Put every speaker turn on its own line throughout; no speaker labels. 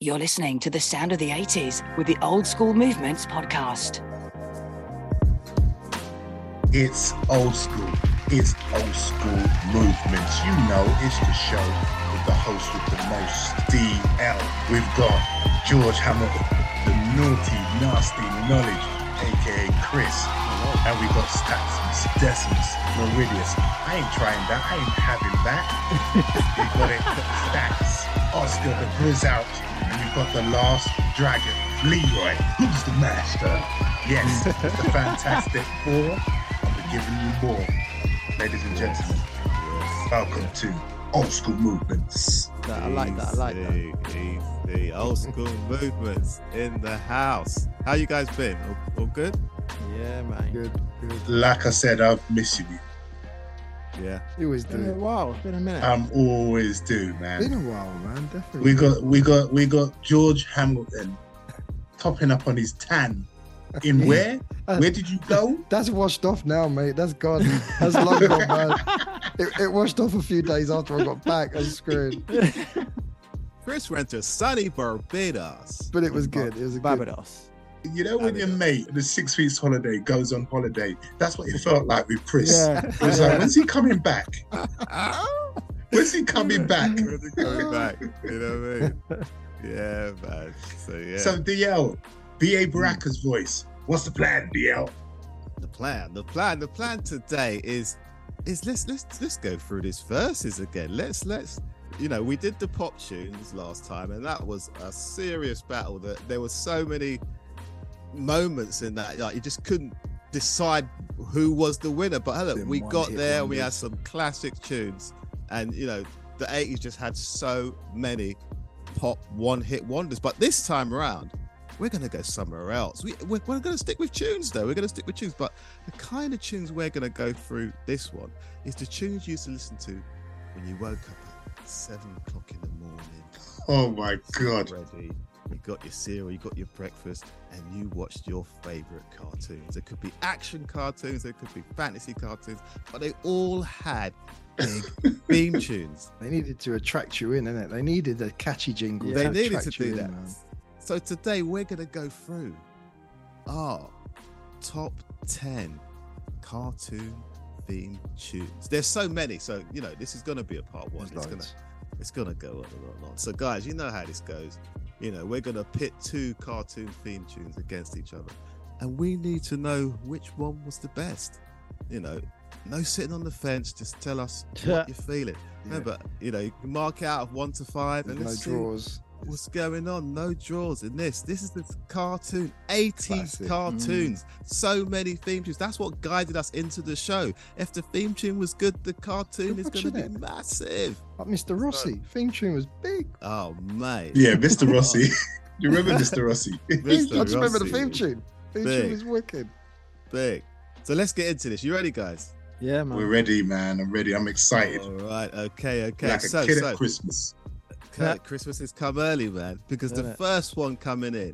You're listening to The Sound of the 80s with the Old School Movements podcast.
It's old school. It's old school movements. You know, it's the show with the host with the most, DL. We've got George Hamilton, the naughty, nasty knowledge, aka Chris. And we got Statsons, Decimals, Meridius. I ain't trying that. I ain't having that. we got it. Stats, Oscar, the Grizz out. And we've got the last dragon, Leroy. Who's the master? Yes, the Fantastic Four. And we're giving you more. Ladies and gentlemen, welcome to Old School Movements.
That, I like that. I like that.
Easy, easy. Old school movements in the house. How you guys been? All, all good?
Yeah, man.
Good, good.
Like I said, I've missed you.
Yeah.
You always
Been a
do.
while. It's been a
Ah,
minute.
I'm always do, man.
Been a while, man. Definitely.
We got we got we got George Hamilton topping up on his tan. In where? Where did you go?
Uh, That's washed off now, mate. That's gone. That's long gone, man. It, it washed off a few days after I got back. I was screwed,
Chris went to sunny Barbados.
but it was good. It was a good.
Barbados.
You know when your mate the six weeks holiday goes on holiday. That's what it felt like with Chris.
Yeah.
It was like, when's he coming back?
Ah,
When's he coming back?
Chris is coming back. You know what I mean? Yeah, man. So yeah.
So DL, BA Baraka's voice. What's the plan, DL?
the plan, the plan, the plan today is is let's let's let's go through these verses again. Let's let's you know we did the pop tunes last time, and that was a serious battle. That there were so many moments in that like you just couldn't decide who was the winner. But hello,
Them
we
one
got
hit
there. and We had
wonders.
some classic tunes, and you know the '80s just had so many pop one-hit wonders. But this time around, we're going to go somewhere else. We, we're, we're going to stick with tunes, though. We're going to stick with tunes. But the kind of tunes we're going to go through this one is the tunes you used to listen to when you woke up at seven o'clock in the morning.
Oh my god.
Ready. You got your cereal, you got your breakfast, and you watched your favorite cartoons. It could be action cartoons, they could be fantasy cartoons, but they all had big theme tunes.
They needed to attract you in, innit? They needed a catchy jingle.
they
to
needed to
attract you
do
in,
that.
man.
So today we're going to go through our top 10 cartoon theme tunes. There's so many, so you know, this is going to be a part 1. It's going to it's going to go on and on and on. So guys, you know how this goes. You know, we're going to pit two cartoon theme tunes against each other. And we need to know which one was the best. You know, no sitting on the fence, just tell us what you're feeling. Remember, you know, you can mark it out of 1 to 5 and
There's
let's see
no draws.
What's going on? No draws in this. This is the cartoon, 80s
Classic. Mm.
cartoons. So many theme tunes. That's what guided us into the show. If the theme tune was good, the cartoon
You're
is going to
watching
be
it.
massive.
Like Mr. Rossi, theme tune was big.
Oh, mate.
Yeah, Mr. Rossi. you remember Mr. Rossi?
I
Mr.
just remember the
Rossi
theme tune. Theme
Big.
tune was wicked.
Big. So let's get into this. You ready, guys?
Yeah, man.
We're ready, man. I'm ready. I'm excited.
All right. Okay. Okay.
like a
so,
kid
so
at Christmas.
Kurt, Christmas has come early, man, because the
Isn't it?
first one coming in,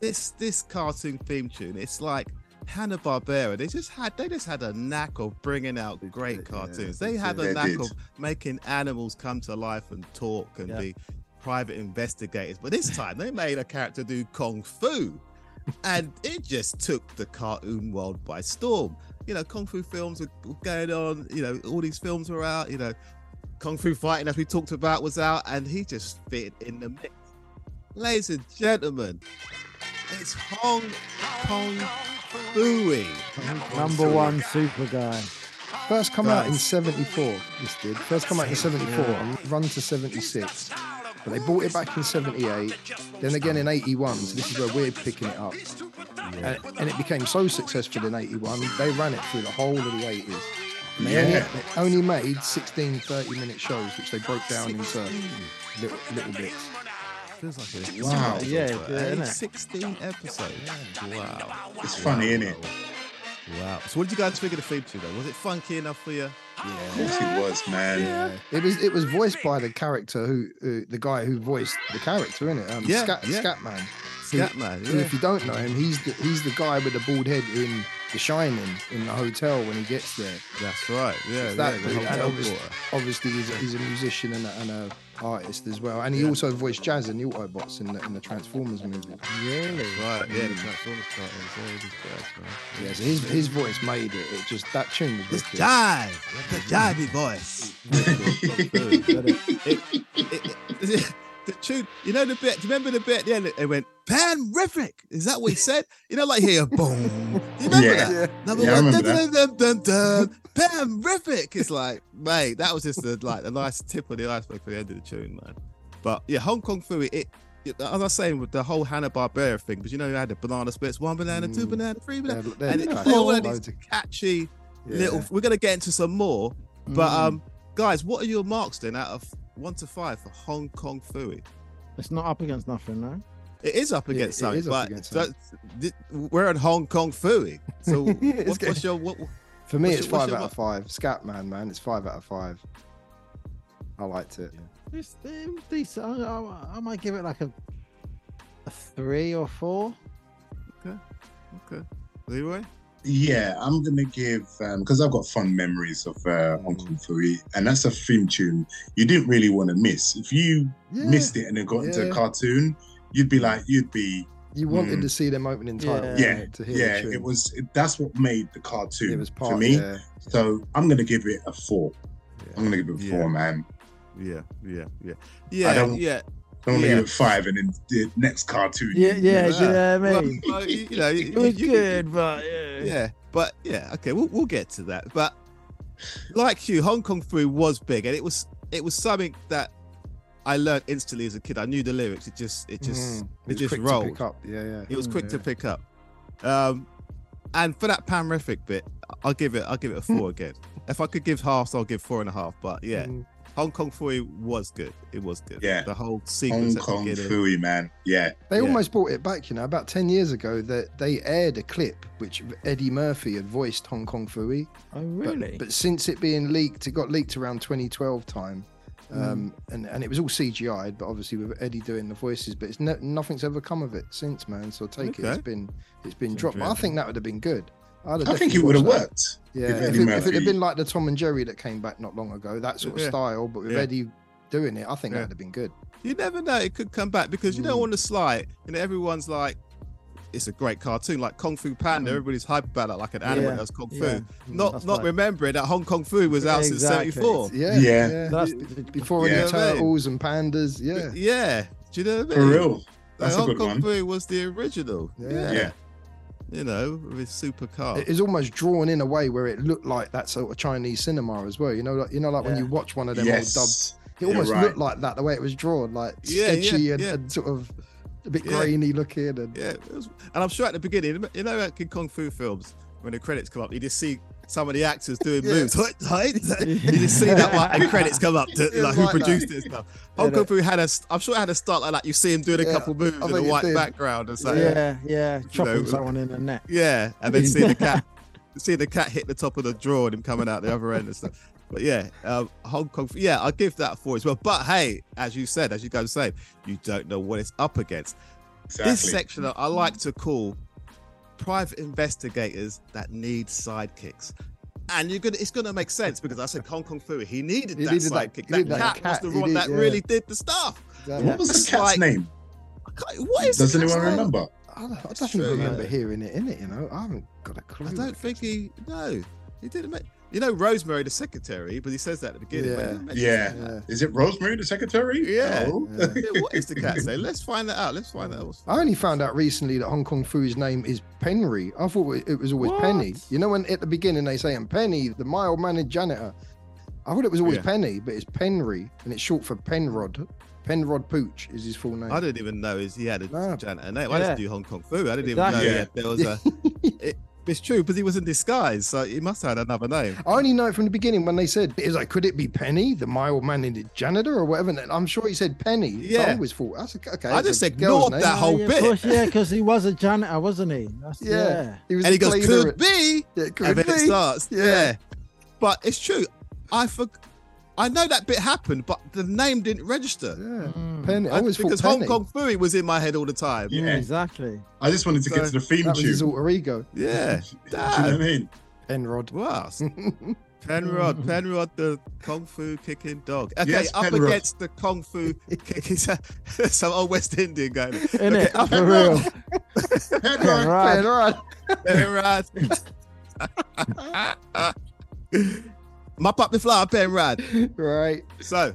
this this cartoon theme tune, it's like Hanna Barbera. They just had they just had a knack of bringing out great
did, yeah,
cartoons.
they
They had
did.
a
They
knack
did.
of making animals come to life and talk and
Yeah.
be private investigators. But this time they made a character do kung fu, and it just took the cartoon world by storm. You know, kung fu films were were going on. You know, all these films were out. You know, Kung Fu Fighting, as we talked about, was out, and he just fit in the mix. Ladies and gentlemen, it's Hong Kong Fooey.
Number one super guy.
First come out in
Guys.
74, this did. First come out in 74 and run to 76. But they bought it back in 78, then again in 81, so this is where we're picking it up. And, and it became so successful in 81, they ran it through the whole of the 80s. And they, only,
Yeah.
they only made 16 30 minute shows, which they broke down into little, little bits.
Feels like a
Wow.
Yeah, yeah,
Eh?
isn't it?
16 episodes. Wow.
It's funny, isn't it?
Wow. So, what did you guys think of the theme tune, though? Was it funky enough for you?
Of course it was, man.
It was it was voiced by the character who, who the guy who voiced the character in it, um,
Yeah,
Scat,
yeah.
Scatman.
Scatman.
And
Yeah.
if you don't know him, he's the, he's the guy with the bald head in The Shining in the hotel when he gets there.
That's right. Oh, Yeah,
It's that
yeah,
dude,
the
and
hotel
obviously,
porter.
obviously he's, a, he's a musician and a, and a artist as well. And he also voiced Jazz in the Autobots in the, in the Transformers movie.
Really?
Right, yeah, the Transformers cartoons. Yeah, it is jazz, man.
Yeah, so his his voice made it. It just that tune was
It's
wicked.
jive. It's a jivey voice. It- it- it- the tune, you know the bit. Do you remember the bit? Yeah, it went pan riffric. Is that what he said? You know, like here, boom. Do you remember
Yeah.
that? Number
Yeah, I
one, dun,
remember
dun, dun, dun, dun, pan riffric. It's like, mate, that was just the like the nice tip of the iceberg for the end of the tune, man. But yeah, Hong Kong Fui, it, it as I was saying with the whole Hanna Barbera thing, because you know you had the banana splits, one banana, two
Mm.
banana, three banana,
They're- they're
and it-
nice.
all of these
Loads of-
catchy
yeah.
little. We're gonna get into some more, but
Mm.
um, guys, what are your marks then out of one to five for Hong Kong Fui?
It's not up against nothing, no?
It is up
Yeah,
against
it
something,
is up
but
against
that's- thi- we're at Hong Kong Fui. So what,
It's
what's
good.
your what? what-
For me,
What's
it's
your- what's
five
your
out of five. Scatman, man, it's five out of five. I liked it.
It's, it was decent. I, I, I might give it like a, a three or four.
Okay, Leroy.
Yeah, I'm gonna give because I've got fond memories of uh, Hong Kong Fui, and that's a theme tune you didn't really want to miss. If you
Yeah.
missed it and it got into
Yeah.
a cartoon, you'd be like, you'd be
You wanted
Mm.
to see them opening title.
Yeah.
innit, To hear
yeah.
the tune.
It was it, that's what made the cartoon
It was part
for me.
Yeah.
So I'm gonna give it a four. I'm gonna give it a
Yeah.
four, man.
Yeah, yeah, yeah, yeah,
don't-
yeah.
I don't want to
Yeah.
give it five, and then the next cartoon.
Yeah,
Yeah.
yeah, you know what I
Well,
mean?
well, you, you know, you,
it was
you-
good, but yeah.
Yeah, but yeah, okay, we'll, we'll get to that. But like you, Hong Kong Fui was big, and it was it was something that I learned instantly as a kid. I knew the lyrics. It just it just
Mm.
it
was
just
quick to
rolled.
pick up. Yeah, yeah.
it was
Mm,
quick to pick up. Um, and for that panrific bit, I'll give it I'll give it a four again. If I could give halves, I'll give four and a half. But yeah,
Mm.
Hong Kong Fui was good. It was good.
Yeah.
the whole
Hong
sequence at the
Kong
beginning.
Fui, man. Yeah,
They
Yeah.
almost brought it back, you know, about 10 years ago that they aired a clip which Eddie Murphy had voiced Hong Kong Fooey.
Oh,
But-
really?
But, since it being leaked, it got leaked around 2012 time. Um, and, and it was all CGI'd, but obviously with Eddie doing the voices, but it's no, nothing's ever come of it since, man. So I take it.
Okay.
It's been it's been
It's
dropped. But I think that would have been good. I'd have
I think
definitely
it would have
watched that.
worked.
Yeah,
if
if,
Eddie
it, if it
Murphy-
had been like the Tom and Jerry that came back not long ago, that sort of
Yeah.
style, but with
Yeah.
Eddie doing it, I think
Yeah.
that would have been good.
You never know; it could come back because you know
Mm.
on the slide, you know everyone's like, "It's a great cartoon," like Kung Fu Panda.
Mm.
Everybody's hyped about that, like an animal
Yeah.
that was Kung Fu.
Yeah. Mm,
Not
That's
not
right.
remembering that Hong Kong Fu was out
Exactly.
since '74.
Yeah,
Yeah.
That's
Before
Yeah.
any turtles and pandas,
Yeah.
yeah.
do you know what I
For
mean?
real,
Like,
that's a
Hong
good
Kong
one.
Fui was the original.
Yeah.
Yeah.
You know, with super car.
It is almost drawn in a way where it looked like that sort of Chinese cinema as well. You know, like, you know, like when
Yeah.
you watch one of them
Yes.
old dubbed, it
You're
almost
right.
looked like that the way it was drawn, like
Yeah, yeah,
sketchy and,
yeah.
and sort of a bit
Yeah.
grainy looking. And
Yeah, it was, and I'm sure at the beginning, you know, like in Kung Fu films, when the credits come up, you just see some of the actors doing
Yeah.
moves. you just see that one, and credits come up to
Yeah,
like who
like that.
produced it and stuff. Hong
Yeah,
Kong Fu had a, st- I'm sure it had a start like that. You see him doing a
Yeah,
couple moves
I
in a
think it
white
did.
background and so yeah.
yeah, yeah. Chopping
know,
someone in the neck.
and then see the cat, see the cat hit the top of the drawer and him coming out the other end and stuff. But yeah, um, Hong Kong, Fu- yeah, I'll give that four as well. But hey, as you said, as you guys say, you don't know what it's up against. This
Exactly.
section I like to call private investigators that need sidekicks. And you're gonna it's gonna make sense because I said Hong Kong Fui, he needed
He
that
needed that-
sidekick. That,
he needed that
cat,
cat,
was
he
the one
did-
that
yeah.
really did the stuff.
Exactly.
What was
It's
the cat's
like-
name?
I can't- What is
Does
the
anyone
cat's name?
remember?
I, don't, I
It's
definitely
true,
remember
yeah.
hearing it in it. You know, I haven't got a clue.
I
what
don't
it-
think he no. He didn't make you know Rosemary the secretary, but he says that at the beginning. but he
Yeah.
didn't mention
Yeah.
that.
Yeah.
Is it Rosemary the secretary?
Yeah.
No?
Yeah.
Yeah, What is the cat's name? Let's find that out. Let's find that out.
I only found out recently that Hong Kong Foo's name is Penry. I thought it was always Penny. You know, when at the beginning they say, "I'm Penny, the mild-mannered janitor." I thought it was always
Yeah.
Penny, but it's Penry, and it's short for Penrod. Penrod Pooch is his full name.
I didn't even know is he had a
No.
janitor name. I just
Yeah.
knew Hong Kong Fu. I didn't
Exactly.
even know yeah, there was a. it, it's true, but he was in disguise, so he must have had another name.
I only know it from the beginning when they said, "Is like, could it be Penny, the mild-mannered janitor, or whatever?" And I'm sure he said Penny. So
Yeah.
I always thought that's a, okay.
I
that's
just
a girl's
ignored
name.
that whole
yeah,
bit.
Of course, yeah, because he was a janitor, wasn't he? That's,
Yeah.
yeah.
He was
and he
the
goes,
cleaner
could be.
at- Yeah, could
and then
be.
it starts. Yeah.
Yeah.
But it's true. I for, I know that bit happened, but the name didn't register.
Yeah. Penny. I
Hmm. I-
always
because
thought Penny.
Hong Kong Fooey was in my head all the time.
Yeah.
exactly.
I just wanted to get
So,
to the theme
that was his
tune.
alter ego.
Yeah.
Do you know what I mean?
Enrod.
Wow. Penrod, Penrod, the kung fu kicking dog. Okay,
Yes,
up
Penrod.
against the kung fu kicking. Some old West Indian guy.
In it,
Okay.
for real.
Penrod.
Right.
Penrod.
Penrod. Mop up the flower, Penrod.
Right.
So,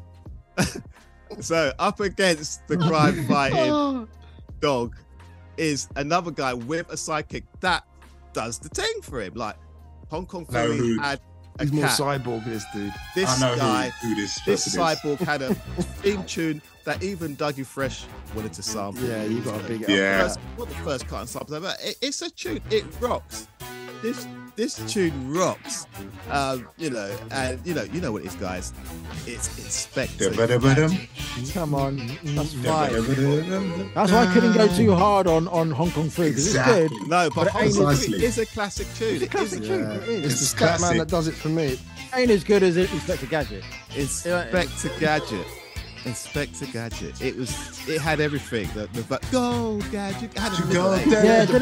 so up against the crime fighting
Oh,
dog is another guy with a sidekick that does the thing for him. Like Hong Kong
Know
Fury
who-
had a
he's more
cat.
cyborg, this dude.
this
I know
guy,
who, who this
this
person is.
cyborg had a theme tune that even Dougie Fresh wanted to sample.
Yeah, you got a big.
Yeah.
First, what the first cut and sample ever. It, it's a tune. It rocks. This this tune rocks. Um, you know, and you know, you know what it is, guys. It's Inspector.
Da-ba-da-ba-dum,
Come on, that's fine.
da-ba-da-ba-dum.
That's why I couldn't go too hard on on Hong Kong food because
Exactly.
it's good.
No, but
But
Hong
ain't
Kong
it-
Fury is a classic tune.
It's a classic
It
tune.
Yeah.
It is.
It's
It's
the stat man
classic.
that does it for me.
Ain't as good as it- Inspector Gadget.
is Inspector Gadget. Inspector Gadget. It was. It had everything. The, the, the go gadget. It had a
To
middle
go
name.
down
Yeah.
the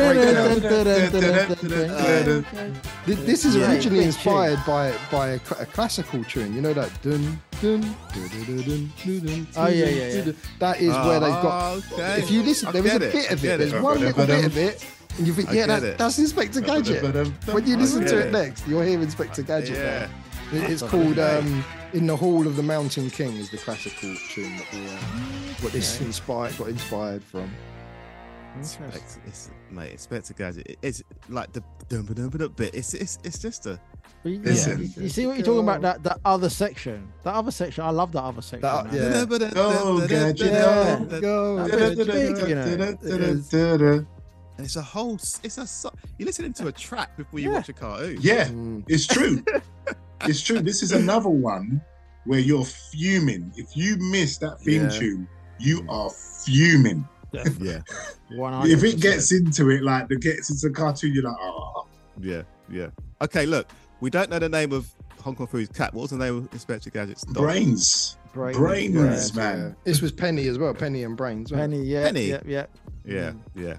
breakdown.
Th- This is
Yeah.
originally
Big
inspired by by a, cl- a classical tune. You know that dun dun dun dun dun dun dun. dun,
Oh, yeah,
dun,
yeah,
dun,
yeah.
dun. That is where they've got.
Oh, okay.
If you listen,
I
there was a
get it. I
bit of
get
it. There's
it.
one little bit
Ba-da-ba-dum.
of it, and you think,
I
yeah,
get it.
that, that's Inspector Gadget.
Ba-da-ba-dum.
When you listen
get
to it
it.
next, you'll hear Inspector Gadget.
Yeah.
there. It- It's called um, "In the Hall of the Mountain King" is the classical tune that they, uh, what this inspired got inspired from.
Inspector, it's, mate, Inspector Gadget. it- It's like the dum ba dum ba dum bit. It's it's it's just a
But you-
Is
yeah,
it?
you- You see what you're talking about? That that other section, that other section. I love that other section.
That-
man.
yeah.
Go, Gadget,
Yeah.
Go.
big, you know,
Da-da-da-da-da-da-da.
It's a whole. s- It's a. so- You're listening to a track before you
Yeah.
watch a cartoon.
Yeah,
Mm.
it's true. It's true. This is another one where you're fuming. If you miss that theme
Yeah.
tune, you are fuming.
yeah,
One
if it
100%.
gets into it, like it gets into cartoon, you're like, oh,
yeah, yeah. Okay, look, we don't know the name of Hong Kong Food's cat. What was the name of Inspector Gadget's dog?
brains,
Brain-
brains,
yeah.
man.
This was Penny as well. Penny and Brains. wasn't it?
Penny, yeah,
Penny.
yeah, yeah.
Yeah, yeah.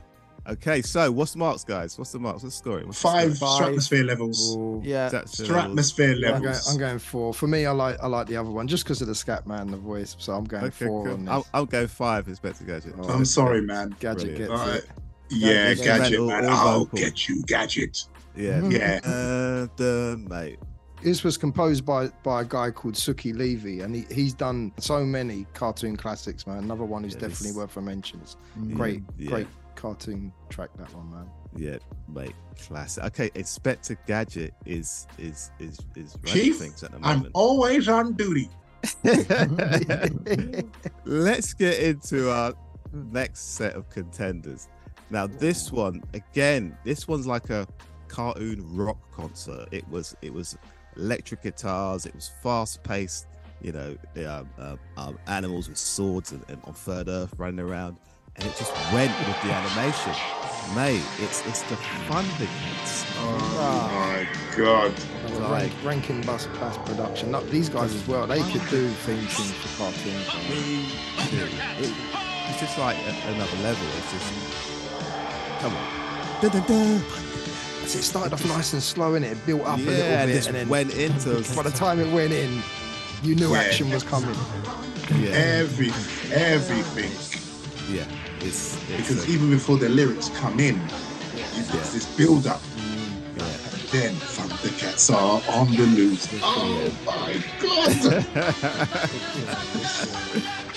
Okay, so what's the marks, guys? What's the marks? What's the scoring? What's the
Five
scoring?
Five.
stratosphere levels.
Or-
yeah.
That's the levels.
Stratmosphere
I'm going,
levels.
I'm going four. For me, I like I like the other one just because of the scat man, the voice. So I'm going
Okay,
four
cool.
on this.
I'll, I'll go five, Inspector Gadget.
Oh,
I'm sorry, man.
Gadget
Brilliant.
gets
All right.
it.
Yeah,
Gadget,
gadget,
all-
man.
all
I'll
vocal.
get you, gadget.
Yeah.
Yeah.
Uh, the mate.
This was composed by by a guy called Suki Levy, and he, he's done so many cartoon classics, man. Another one who's
Yeah, this-
definitely worth a mention. It's
Yeah,
great,
yeah,
great cartoon track that one, man.
Yeah, mate, classic. Okay, Inspector Gadget is is is is running
Chief,
things at the
I'm
moment.
always on duty.
Mm-hmm.
Let's get into our next set of contenders. Now, this one again, this one's like a cartoon rock concert. It was it was electric guitars. It was fast paced. You know, the, um, um, um, animals with swords and, and on third earth running around, and it just went with the animation. Mate, it's it's the Thundercats.
Oh my god.
Another
Right.
rank, ranking bus pass production. Not these guys as well. They could do theme tunes for cartoons. man.
It- it's just like a, another level. It's just come on. Dun, dun, dun.
So it started off nice and slow, and it built up a
Yeah,
little
and
bit,
just
and then
went into
by the time it went in, you knew
Yeah.
action was coming.
yeah,
Every, everything.
yeah. It's, it's
Because
a-
even before the lyrics come in, it's it's this build up.
yeah.
Then Thundercats are on the loose. Oh my god.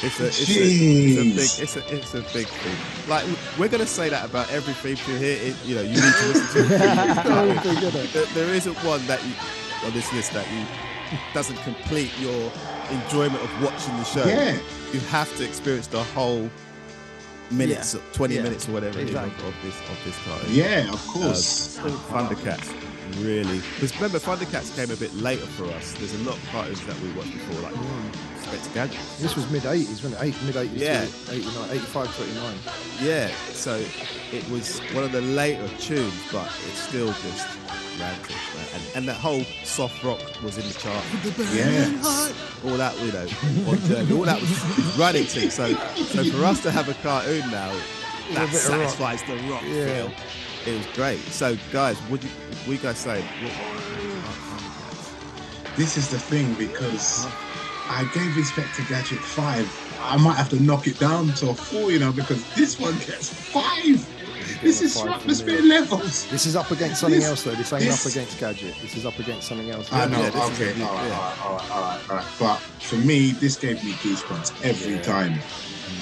It's a, it's, a,
Jeez.
it's a big, it's a, it's a big thing. Like we're gonna say that about every theme tune here. It, you know, you need to listen to. it. there, there isn't one that you on this list that you doesn't complete your enjoyment of watching the show.
Yeah.
you have to experience the whole minutes, or twenty
Yeah.
minutes or whatever it is of-
Exactly.
of, this of this card.
Yeah, of course.
Thundercats really because remember Thundercats came a bit later for us. There's a lot of cartoons that we watched before, like Inspector Gadget.
This was mid 80s, wasn't it? Eight, mid 80s,
Yeah.
yeah. 89, 85, 39.
Yeah, so it was one of the later tunes, but it's still just rampant. And, and that whole soft rock was in the chart.
Yeah.
all that, you know, on Germany, all that was running to. So, so for us to have a cartoon now that
bit of rock.
satisfies the rock
Yeah.
feel, it was great. So, guys, would you, what you guys say?
This is the thing because I gave Inspector Gadget five. I might have to knock it down to a four, you know, because this one gets five. This is
five from
stratospheric
me.
levels.
This is up against something
This-
else, though. This ain't
this-
up against Gadget. This is up against something else.
I know.
yeah, this is
okay.
a-
all, right,
yeah.
all right. All right. All right. But for me, this gave me goosebumps every time.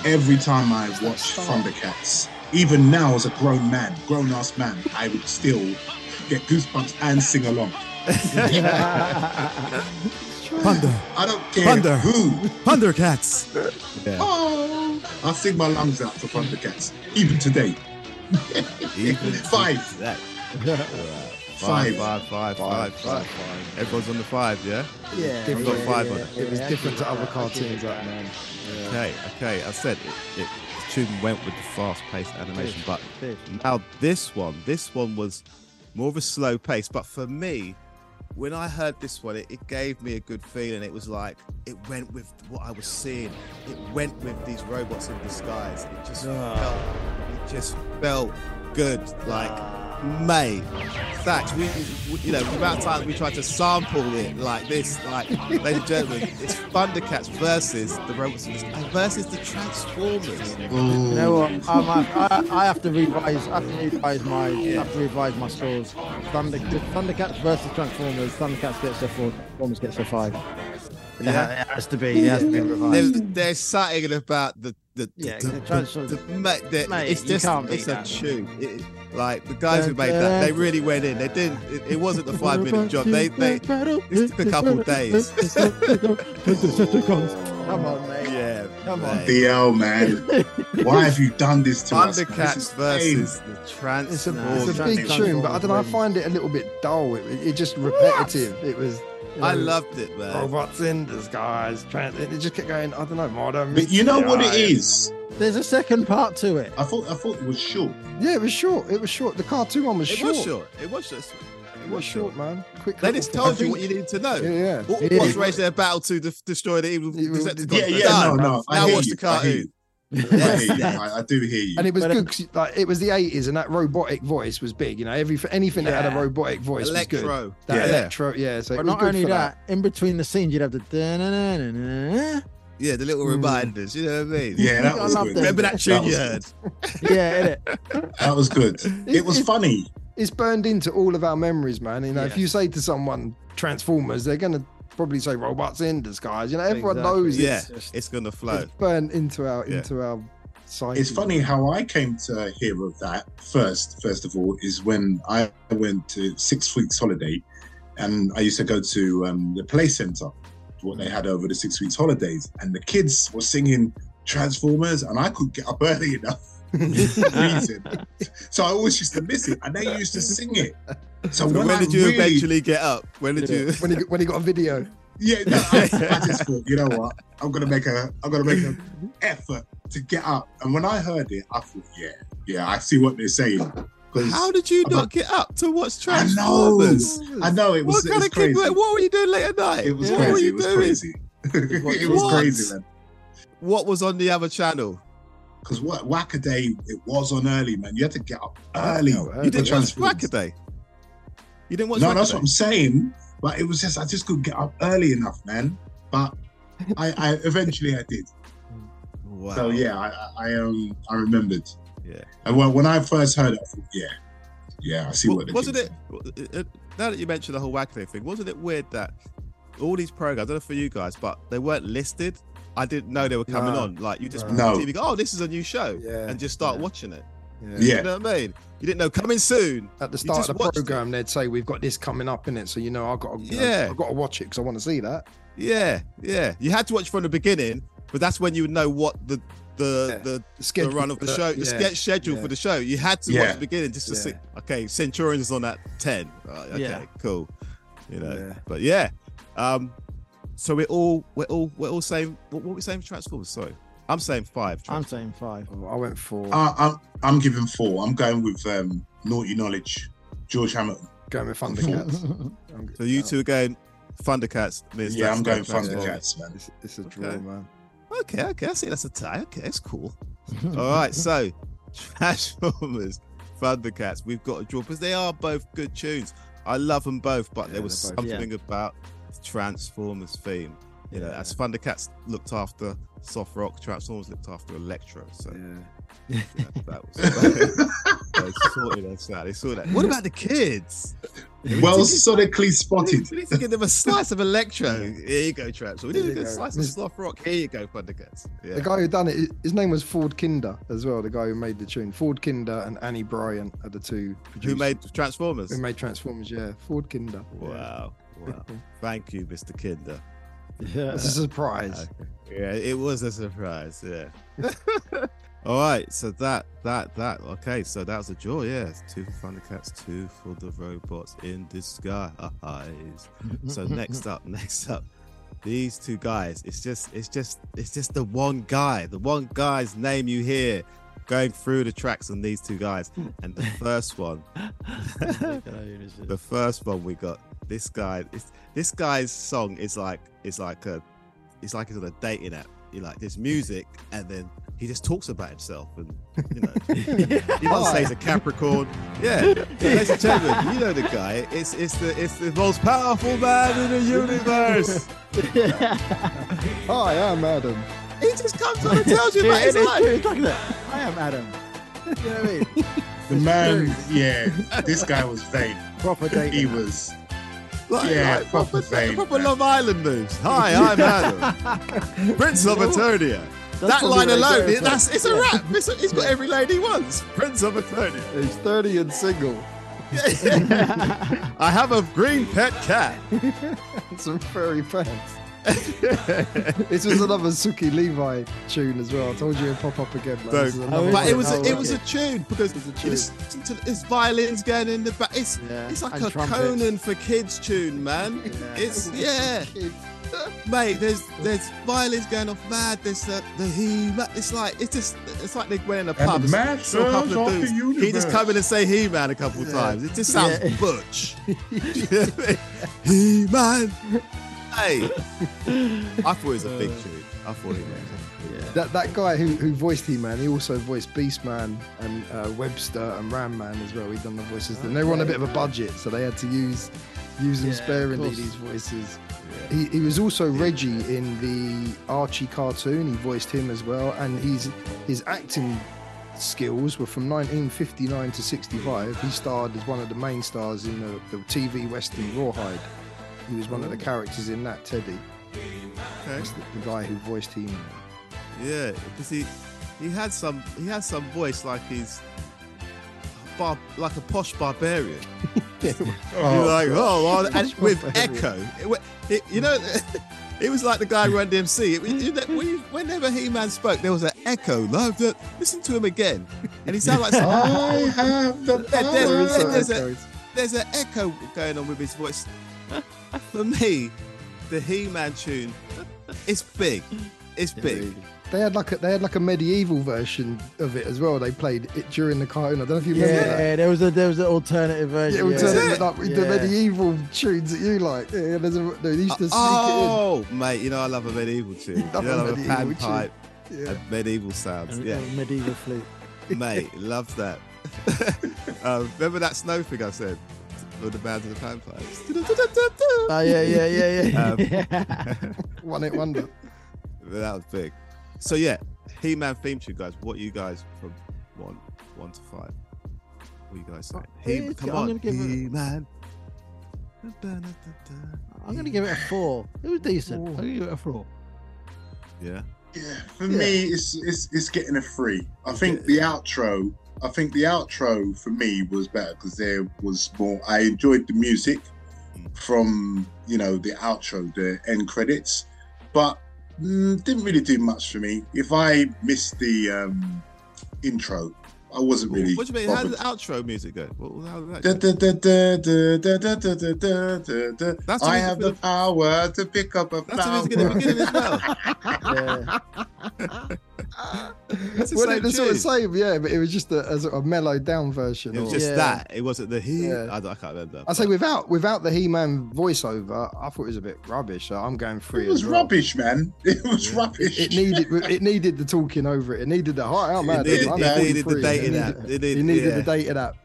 Every time I watched Thundercats, even now as a grown man, grown ass man, I would still get goosebumps and sing along.
Thunder,
I don't care
Thunder.
who.
Thundercats. Yeah,
Oh, I'll sing my lungs out for Thundercats, even today.
even
Five.
to That.
Five.
Five, five, five, five, five. Everyone's on the five, yeah?
Yeah,
I've got five on it.
It was different to other cartoons like man.
Okay, okay. I said it, it the tune went with the fast-paced animation, but
Did.
now this one, this one was more of a slow pace. But for me, when I heard this one, it, it gave me a good feeling. It was like it went with what I was seeing. It went with these robots in disguise. It just felt, it just felt good. Like, mate, Thatch, we, we- you know, the amount of times we tried to sample it like this, like, ladies and gentlemen, it's Thundercats versus the robots in disguise versus the Transformers.
You know what? I, might, I, I have to revise. I have to revise my. I have to revise my scores. Thunder, Thundercats versus Transformers. Thundercats gets a four. Transformers gets a five. It ha-
Yeah.
It has to be. It has to be
There's,
revised.
there's something about the the,
Yeah,
the,
the
the-
Transformers.
the- mate, the-
Mate,
it's
you
just
can't beat
it's a
that.
tune. It- like the guys who made that, they really went in. They didn't. It, it wasn't a five minute job. They they this took a couple of days.
Come on, mate.
yeah,
Come on.
mate.
DL man, why have you done this to us? This is
Thundercats versus the
It's a,
No,
it's
Transformers.
a
Jack
big
Daniels
tune, but I don't know. I
wins.
find it a little bit dull. It, it, it just repetitive. It was. you
I Oh,
know,
loved it,
Oh,
man.
robots in disguise. Trying, it just kept going. I don't know. Modern.
But you know what it
media.
is?
There's a second part to it.
I thought I thought it was short.
Yeah, it was short. It was short. The cartoon one was
It
short.
was short. It was short. It
It was short, man. Quick.
They
little
just
thing.
told
I
you
think-
what you needed to know.
Yeah, yeah.
What
It
was
is.
raised their battle to def- destroy the evil
It was-
Decepticons?
Yeah, yeah,
Done.
no, no. I
Now
hear
watch
you.
the
I hear you.
cartoon.
I,
Yes,
hear you.
yes.
I, I do hear you.
And it was
But-
good 'cause, like it was the eighties, and that robotic voice was big. You know, every anything that had a
Yeah.
robotic voice was good.
Electro.
That
Yeah.
electro, yeah. So it
But
was
not
good
only
for
that, in between the scenes, you'd have the. da-na-na-na-na.
Yeah, the little
Mm.
reminders. You know what I mean?
yeah, that
I
was
love
good.
them.
Remember that tune
That was
you
good.
heard?
Yeah, innit?
That was good. It was
It- it-
funny.
it's burned into all of our memories, man. You know, if
Yeah.
you say to someone Transformers, they're gonna probably say robots in disguise. You know, everyone
Exactly.
knows
Yeah,
it's,
it's gonna flow.
it's burned into our
Yeah.
into our psyche.
It's funny how I came to hear of that first. First of all, is when I went to six weeks holiday, and I used to go to um, the play center, what they had over the six weeks holidays, and the kids were singing Transformers, and I couldn't get up early enough. for reason. So I always used to miss it, and they used to sing it. So,
So
when,
when,
I
did you
really-
eventually get up? When did you?
when he, when he got a video.
Yeah, no, I, I just thought, you know what? I'm gonna make a, I'm gonna make an effort to get up. And when I heard it, I thought, yeah, yeah, I see what they're saying.
How
Because
did you not
About-
get up to watch
I know.
Transformers?
I know it was,
What
it
kind
was
of kid?
crazy.
Like, what were you doing late at night?
It was
what were
crazy.
you
It was
doing?
crazy. it was
What?
crazy, man.
What was on the other channel?
Because what whack a day it was on early, man. You had to get up early.
Oh,
for
early.
You didn't watch
Transformers.
Wackaday. You didn't watch.
No, that's
Wackaday?
what I'm saying. But it was just I just couldn't get up early enough, man. But I, I eventually I did.
Wow.
So yeah, I, I I, um I remembered.
Yeah.
And when, when I first heard it, I thought, yeah, yeah, I see
Wa-
what they're
wasn't it?
doing.
uh, uh, Now that you mentioned the whole Wackaday thing, wasn't it weird that all these programs? I don't know for you guys, but they weren't listed. I didn't know they were coming
No.
on. Like you just
No.
put
No.
on TV, go, oh, this is a new show,
Yeah.
and just start watching it.
Yeah.
You know what I mean? You didn't know coming soon.
At the
You
start
just
of the
watched it.
program, they'd say we've got this coming up in it, so you know I've got to,
Yeah.
I've got to watch it because I want to see that.
Yeah, yeah. You had to watch from the beginning, but that's when you would know what the the
Yeah.
the,
The
the
schedule
run of the
for
show, the
yeah.
sketch schedule
Yeah.
for the show. You had to
Yeah.
watch the beginning just to see. Okay, Centurions is on at ten. Right, okay,
Yeah.
cool. You know,
Yeah.
but yeah. Um, so we're all we're all we're all saying what, what are we saying for Transformers? Sorry, I'm saying five.
I'm
Trans-
saying five.
Oh, I went for
Uh,
I, I'm I'm giving four. I'm going with um, naughty knowledge, George Hamilton.
Oh,
going with Thundercats. I'm-
so you two are going Thundercats. Liz,
yeah,
that's-
I'm going
that's-
Thundercats, man.
It's, it's a draw,
Okay.
man.
Okay, okay, I see that's a tie. Okay, that's cool. All right, so Transformers, Thundercats, we've got a draw because they are both good tunes. I love them both, but
Yeah,
there was
they're both-
yeah.
something about the Transformers theme. You know, as Thundercats looked after soft rock, Transformers looked after electro. So
Yeah.
you know, that was they sorted us out. They sorted that. What about the kids?
Well sonically spotted.
We need to give them a slice of electro. Here you go, Traps. We need
There
to
you
get a
go.
slice of soft rock. Here you go, Thundercats. Yeah.
The guy who done it, his- his name was Ford Kinder as well. The guy who made the tune, Ford Kinder and Annie Bryant are the two producers
Who made Transformers?
who made Transformers. Yeah, Ford Kinder.
Wow. Wow. Thank you, Mr. Kinder.
Yeah.
That's a surprise.
Yeah, it was a surprise. Yeah. All right. So that, that, that. Okay. So that was a draw. Yeah. It's Two for Thundercats, two for the robots in disguise. So next up, next up, these two guys. It's just, it's just, it's just the one guy, the one guy's name you hear going through the tracks on these two guys. And the first one, the first one we got this guy it's, this guy's song is like it's like a it's like it's on a dating app you like there's music and then he just talks about himself and you know he doesn't say he's a capricorn yeah ladies and gentlemen you know the guy it's it's the it's the most powerful man in the universe
Hi, I'm Adam.
he just comes on and tells you about his life
Look at that. I am Adam. You know what I mean?
The man, yeah, this guy was vain.
Proper
He
dating.
was.
like,
Yeah,
like proper,
proper babe,
proper
man.
love island moves hi i'm adam prince of eternia that
probably
line
what they go
alone,
for.
it, that's it's a wrap. It's a- he's got every lady he wants. Prince of Eternia.
He's 30 and single.
I have a green pet cat.
Some furry pants. This was another Suki Levi tune as well. I told you it'd pop up again. Like, this is
So-
another
but it
one.
was a,
Oh,
it was a
okay.
tune because
It's a
you
tune.
listen to his violins going in the back. It's
Yeah,
it's like
and
a
trumpets.
Conan for kids tune, man. It's yeah, mate. There's there's violins going off mad. There's the the he. ma- It's like it's just it's like they went in a
the
pub. it's
masters
still a couple of
of the
dudes. He just
universe.
come in and say he man a couple of times. It just sounds
Yeah.
butch. he man. Hey, I thought it was a big tune. I thought he man.
That, that guy who, who voiced He Man, he also voiced Beast Man and uh, Webster and Ram Man as well. He'd done the voices. And they were on a bit of a budget, so they had to use use them
Yeah, of
sparingly,
course.
these voices. He, he was also Reggie in the Archie cartoon. He voiced him as well. And he's, his acting skills were from 1959 to 65. He starred as one of the main stars in the, the TV Western Rawhide. He was one of the characters in that, Teddy.
Okay.
That's the, the guy who voiced He Man.
Yeah, because he he had some he has some voice like he's bar, like a posh barbarian. You're
Oh,
like, oh, well, and with
barbarian.
echo, It wa- it- you know, it was like the guy who ran DMC. It, you know, when you- whenever He Man spoke, there was an echo. Like, that. listen to him again, and he sounded like some,
I have the
there- there-
There
power.
is some
there's a-
echoes.
there's an echo going on with his voice. For me, the He Man tune, it's big, it's big.
They had like a they had like a medieval version of it as well. They played it during the cartoon. I don't know if you
Yeah,
remember that.
yeah, there was a there was an alternative
Yeah,
version.
it was
yeah.
turning
Yeah.
it up with the
Yeah.
medieval tunes that you like. Yeah, there's a, they used to sneak
Uh, oh, mate, you know I love a medieval tune. You know, I
love a
love a
medieval tune.
panpipe,
it in. Yeah.
and medieval sounds.
And-
Yeah,
and medieval flute.
mate, love that. uh, remember that snow thing I said with the band of the panpipes?
Oh yeah, yeah, yeah, yeah.
Um,
One hit wonder.
that was big. So yeah, He-Man theme tune, guys. What you guys from one one to five? What you guys saying? He,
it's-
come
I'm
on,
gonna give it-
He-Man.
I'm gonna give it a four. It was decent. I'm gonna give it a four.
Yeah.
Yeah, for me, it's, it's it's getting a three. I think the outro. I think the outro for me was better because there was more. I enjoyed the music from you know the outro, the end credits, but mm, didn't really do much for me. If I missed the um, intro, I wasn't really.
What do you mean? How
bothered.
did the outro music go? What, how did that
Da, da,
go?
da, da, da, da, da, da, da, da, da, da.
That's the
I
music
have
for
the
the-
power to pick up a
That's the
flower.
music at the beginning as well.
Yeah.
It's the
well,
same
it was all the
tune.
same, yeah, but it was just a, a sort of mellowed down version.
It was
or-
just
Yeah.
that. It wasn't the he.
Yeah.
I, don't- I can't remember.
I say
but-
without without the He-Man voiceover, I thought it was a bit rubbish. So I'm going free.
It was
as well.
rubbish, man. It was rubbish.
It, it needed it needed the talking over it. It needed the heart out, man.
It needed,
I'm
it
free,
needed the
free.
dating
It
app.
needed-
It
It
needed,
needed
yeah.
the dating app.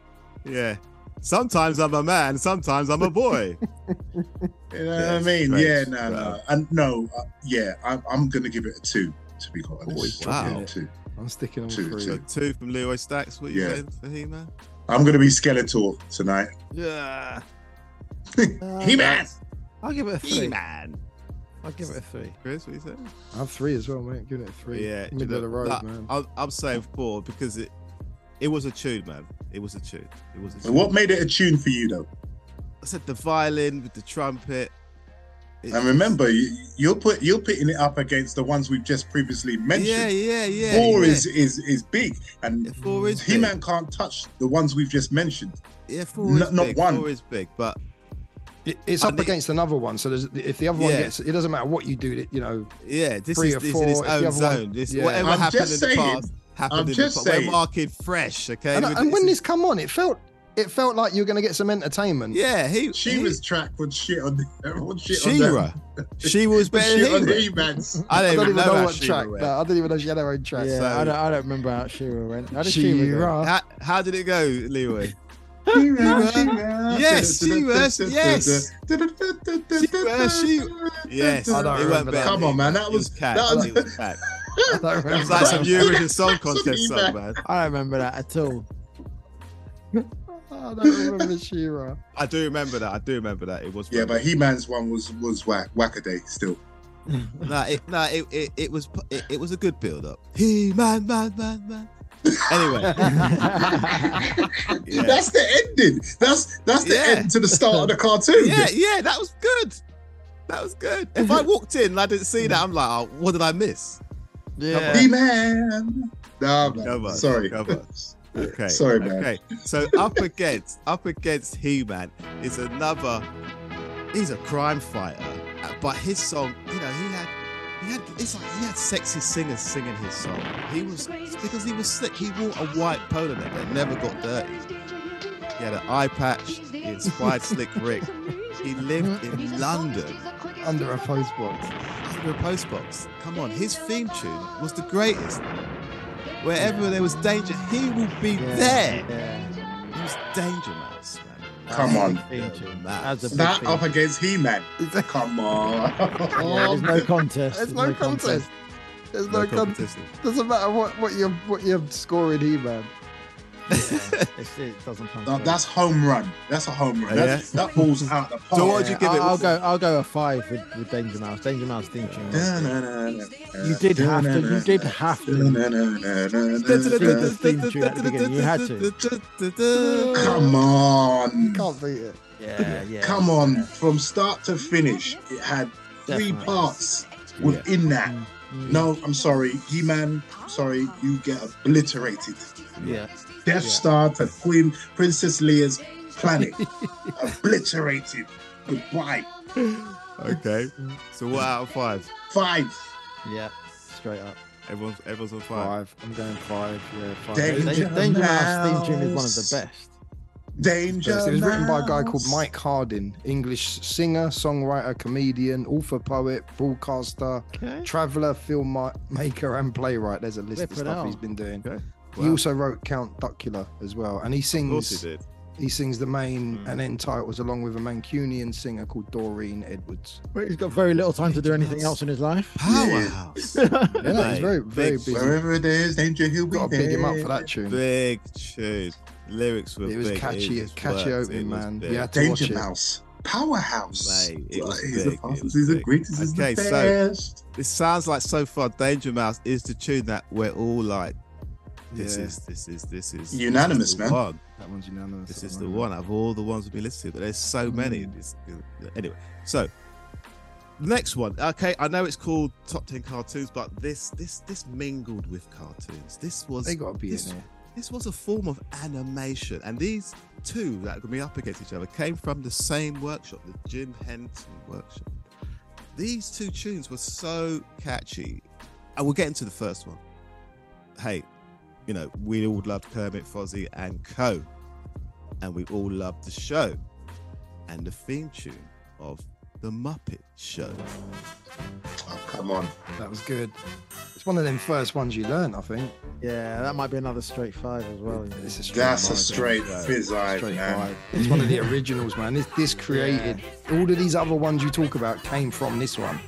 yeah. Sometimes I'm a man. Sometimes I'm a boy.
You know
Yeah,
what I
it's
mean?
strange,
Yeah, no,
bro.
no, and no, uh, yeah. I'm, I'm gonna give it a two, to be quite honest.
Oh,
wow.
Yeah, two.
I'm sticking on
Two,
free.
So two from Leroy Stacks. What you
Yeah.
saying for He Man?
I'm gonna be Skeletor tonight.
Yeah. Oh,
Uh,
He Man.
I'll give it a
He
three.
Man.
I'll give it a three.
Chris, what you saying?
I have three as well, mate. Giving it three.
Yeah, do you
middle of the
know-
road,
that-
man.
I'm, I'm saying four because it it was a tune, man. It was a tune. It was a tune.
What made it a tune for you though?
I said the violin with the trumpet. It-
And remember, you, you're put you're pitting it up against the ones we've just previously
yeah,
mentioned.
yeah, yeah.
Four
yeah.
is is is big, and
four is
He
big.
Man can't touch the ones we've just mentioned.
Yeah, four
Not-
is
not
big.
one.
Four is big, but
It- it's
I
up
think-
against another one. So there's, if the other one
Yeah.
gets, it doesn't matter what you do. it- You know,
yeah, this
Three
is
or
this
four,
in its
if the other
own
one-
zone. This
Yeah.
whatever
I'm
happened in
just
the
saying.
past happened
I'm
in
just
the past. We're
saying.
marking fresh, okay?
and,
With
and when
is-
this come on, it felt it felt like you were going to get some entertainment.
yeah, he
She
he,
was tracked with shit on the on shit on
She-Ra.
that-
She was better
shit on
than
He
he.
Man's.
I
I
don't
don't
even know, how
what
She-Ra
track.
went.
No, I didn't even know she had her own track.
Yeah,
So-
I, don't, I don't remember how Shira went. How did Shira, go?
She-Ra.
How, how did it go, Leroy?
She-Ra, She-Ra.
Yes, She-Ra, yes. She-Ra, She- Yes,
I don't
it went better.
remember that.
Come on, man, that
It
was
cat.
that was,
It was cat.
I don't
It was
remember.
like some Eurovision Song
That's what
Contest
he
song,
meant.
man.
I don't remember that at all.
I don't remember She-Ra.
I do remember that. I do remember that. It was.
yeah, but He Man's one was was whack wackaday still.
nah, it, nah, it, it, it was pu- it, it was a good build up. He man, man, man, man. Anyway, yeah.
That's the ending. That's that's the
Yeah.
end to the start of the cartoon.
yeah, yeah, that was good. That was good. If I walked in and I didn't see that, I'm like, oh, what did I miss?
He
yeah.
Man. Nah, man.
Come on,
Sorry.
come on. Okay.
Sorry, man.
Okay. So up against up against He Man is another. He's a crime fighter, uh, but his song, you know, he had. He had, it's like he had sexy singers singing his song. He was because he was slick. He wore a white polo neck that never got dirty. He had an eye patch. He inspired Slick Rick. He lived
Mm-hmm.
in London
Under a postbox.
under a postbox. Come on, his theme tune was the greatest. Wherever there was danger, he will be
Yeah.
there.
Yeah.
He was Danger Mouse, man.
Come on.
Danger Mouse.
That's a big
That
thing.
up against He Man. Come on.
Yeah, there's no contest.
There's no contest. There's
No
no contest.
competition.
Doesn't matter what what you're what you're scoring here, man.
It's- it doesn't come.
No,
close.
Oh, that's home run. That's a home run.
Yeah.
That's, That ball's out the park.
George, you
Yeah,
give it?
I'll, I'll
What's-
go. I'll go a five with, with Danger Mouse. Danger Mouse theme tune. You
You
did have to. You did have to.
to.
theme tune at the beginning, you had
Come
You
on.
Hmm.
can't beat it.
Yeah, yeah.
Come on. From start to finish, it had three
Definitely.
parts within that.
Mm,
No, I'm sorry. He Man, sorry, you get obliterated.
Yeah.
Death Star to Queen Princess Leia's planet. obliterated. Goodbye.
Okay. So what out of five?
Five.
Yeah. Straight up.
Everyone's everyone's on five.
Five. I'm going five. Yeah, five.
Danger
Danger, Danger Mouse theme tune is one of
Mouse.
the best.
Danger.
It was written by a guy called
Mouse.
Mike Hardin, English singer, songwriter, comedian, author, poet, broadcaster,
Okay.
traveler, filmmaker, and playwright. There's a list
Flip
of
it
stuff
out.
he's been doing.
Okay.
He
Wow.
also wrote Count Duckula as well, and he
Of
Mm.
course
sings
he did.
he sings the main
Mm.
and end titles along with a Mancunian singer called Doreen Edwards.
But he's got very little time to do anything else in his life.
Powerhouse.
Yeah, he's very very
big,
busy.
Wherever there's danger, he'll be
Got to
there.
big him up for that tune.
Big tune. Lyrics were
It was
big.
catchy-
just
catchy
worked.
opening,
It was
man.
big.
Yeah, to watch
Danger
it.
Mouse. Powerhouse.
Mate, it was
he's
big,
the
it was
fastest, he's the
big.
greatest, he's
Okay,
the
so-
best.
This sounds like so far Danger Mouse is the tune that we're all like, this
Yeah.
is this is this is
Unanimous,
this is the
man.
One.
That one's unanimous.
This
at
is the
moment.
one out of all the ones we've been listening to, but there's so many. It's, anyway, so next one. Okay, I know it's called Top Ten Cartoons, but this this this mingled with cartoons. This was
They got to be
this,
in there.
this was a form of animation, and these two that are going to be up against each other came from the same workshop, the Jim Henson workshop. These two tunes were so catchy, and we'll get into the first one. hey, you know, we all loved Kermit, Fozzie, and Co. And we all loved the show and the theme tune of The Muppet Show.
Oh, come on.
That was good. It's one of them first ones you learn, I think.
Yeah, that might be another straight five as well. you know.
It's a straight
That's a
five,
straight
yeah.
fizz eye,
Straight
man.
five. It's one of the originals, man. This, this created all of these other ones you talk about came from this one.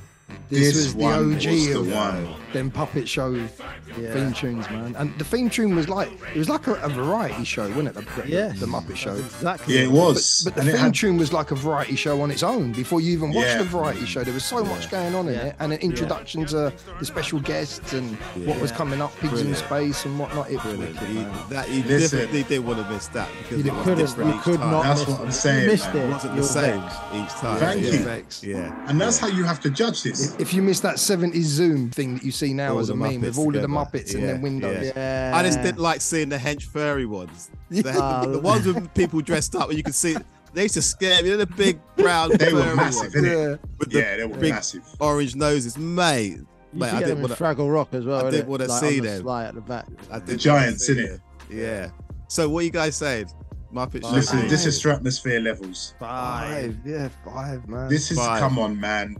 This,
This
was the
one
OG
was the
of
one.
them puppet show
Yeah.
theme tunes, man. And the theme tune was like it was like a, a variety show, wasn't it? The, the-
Yes.
the Muppet Show.
That's exactly.
Yeah, it was.
But the
and it
theme
had
tune was like a variety show on its own. Before you even watched
Yeah.
the variety show, there was so much going on in
Yeah.
it, and an introduction to the special guests and what was
Yeah.
coming up, pigs in
Brilliant.
space and whatnot. It was
Brilliant.
wicked,
You,
man.
that you
Listen.
definitely did want to miss that because
You
it was
couldn't-
different
you
each
could
time.
not
That's
miss
what
it.
I'm
You
saying,
missed
man.
it.
It wasn't the
You're
same
vexed.
each time.
Thank
yeah.
you.
Vexed.
Yeah.
And that's how you have to judge this.
If you miss that 70s Zoom thing that you see now
All
as a
the Muppets
meme with all of the
together.
Muppets and
Yeah,
then windows.
yeah.
Yeah.
I just didn't like seeing the hench furry ones. The,
Yeah.
the ones with people dressed up and you could see they used to scare me. They're the big brown.
They were
furry
massive,
ones
innit?
Yeah.
with the
Yeah, they were
big
massive.
orange noses, mate.
You
mate,
should
I
get
didn't
them in
want to.
Fraggle Rock as well.
I
innit?
didn't wanna
like,
see
on the
them.
Sly at the back.
I didn't
The
wanna
giants,
see
innit?
Yeah. So what you guys saying? Muppet Show.
Listen,
Five.
this is stratosphere levels.
Five.
yeah, five, man.
This is,
Five.
come on, man.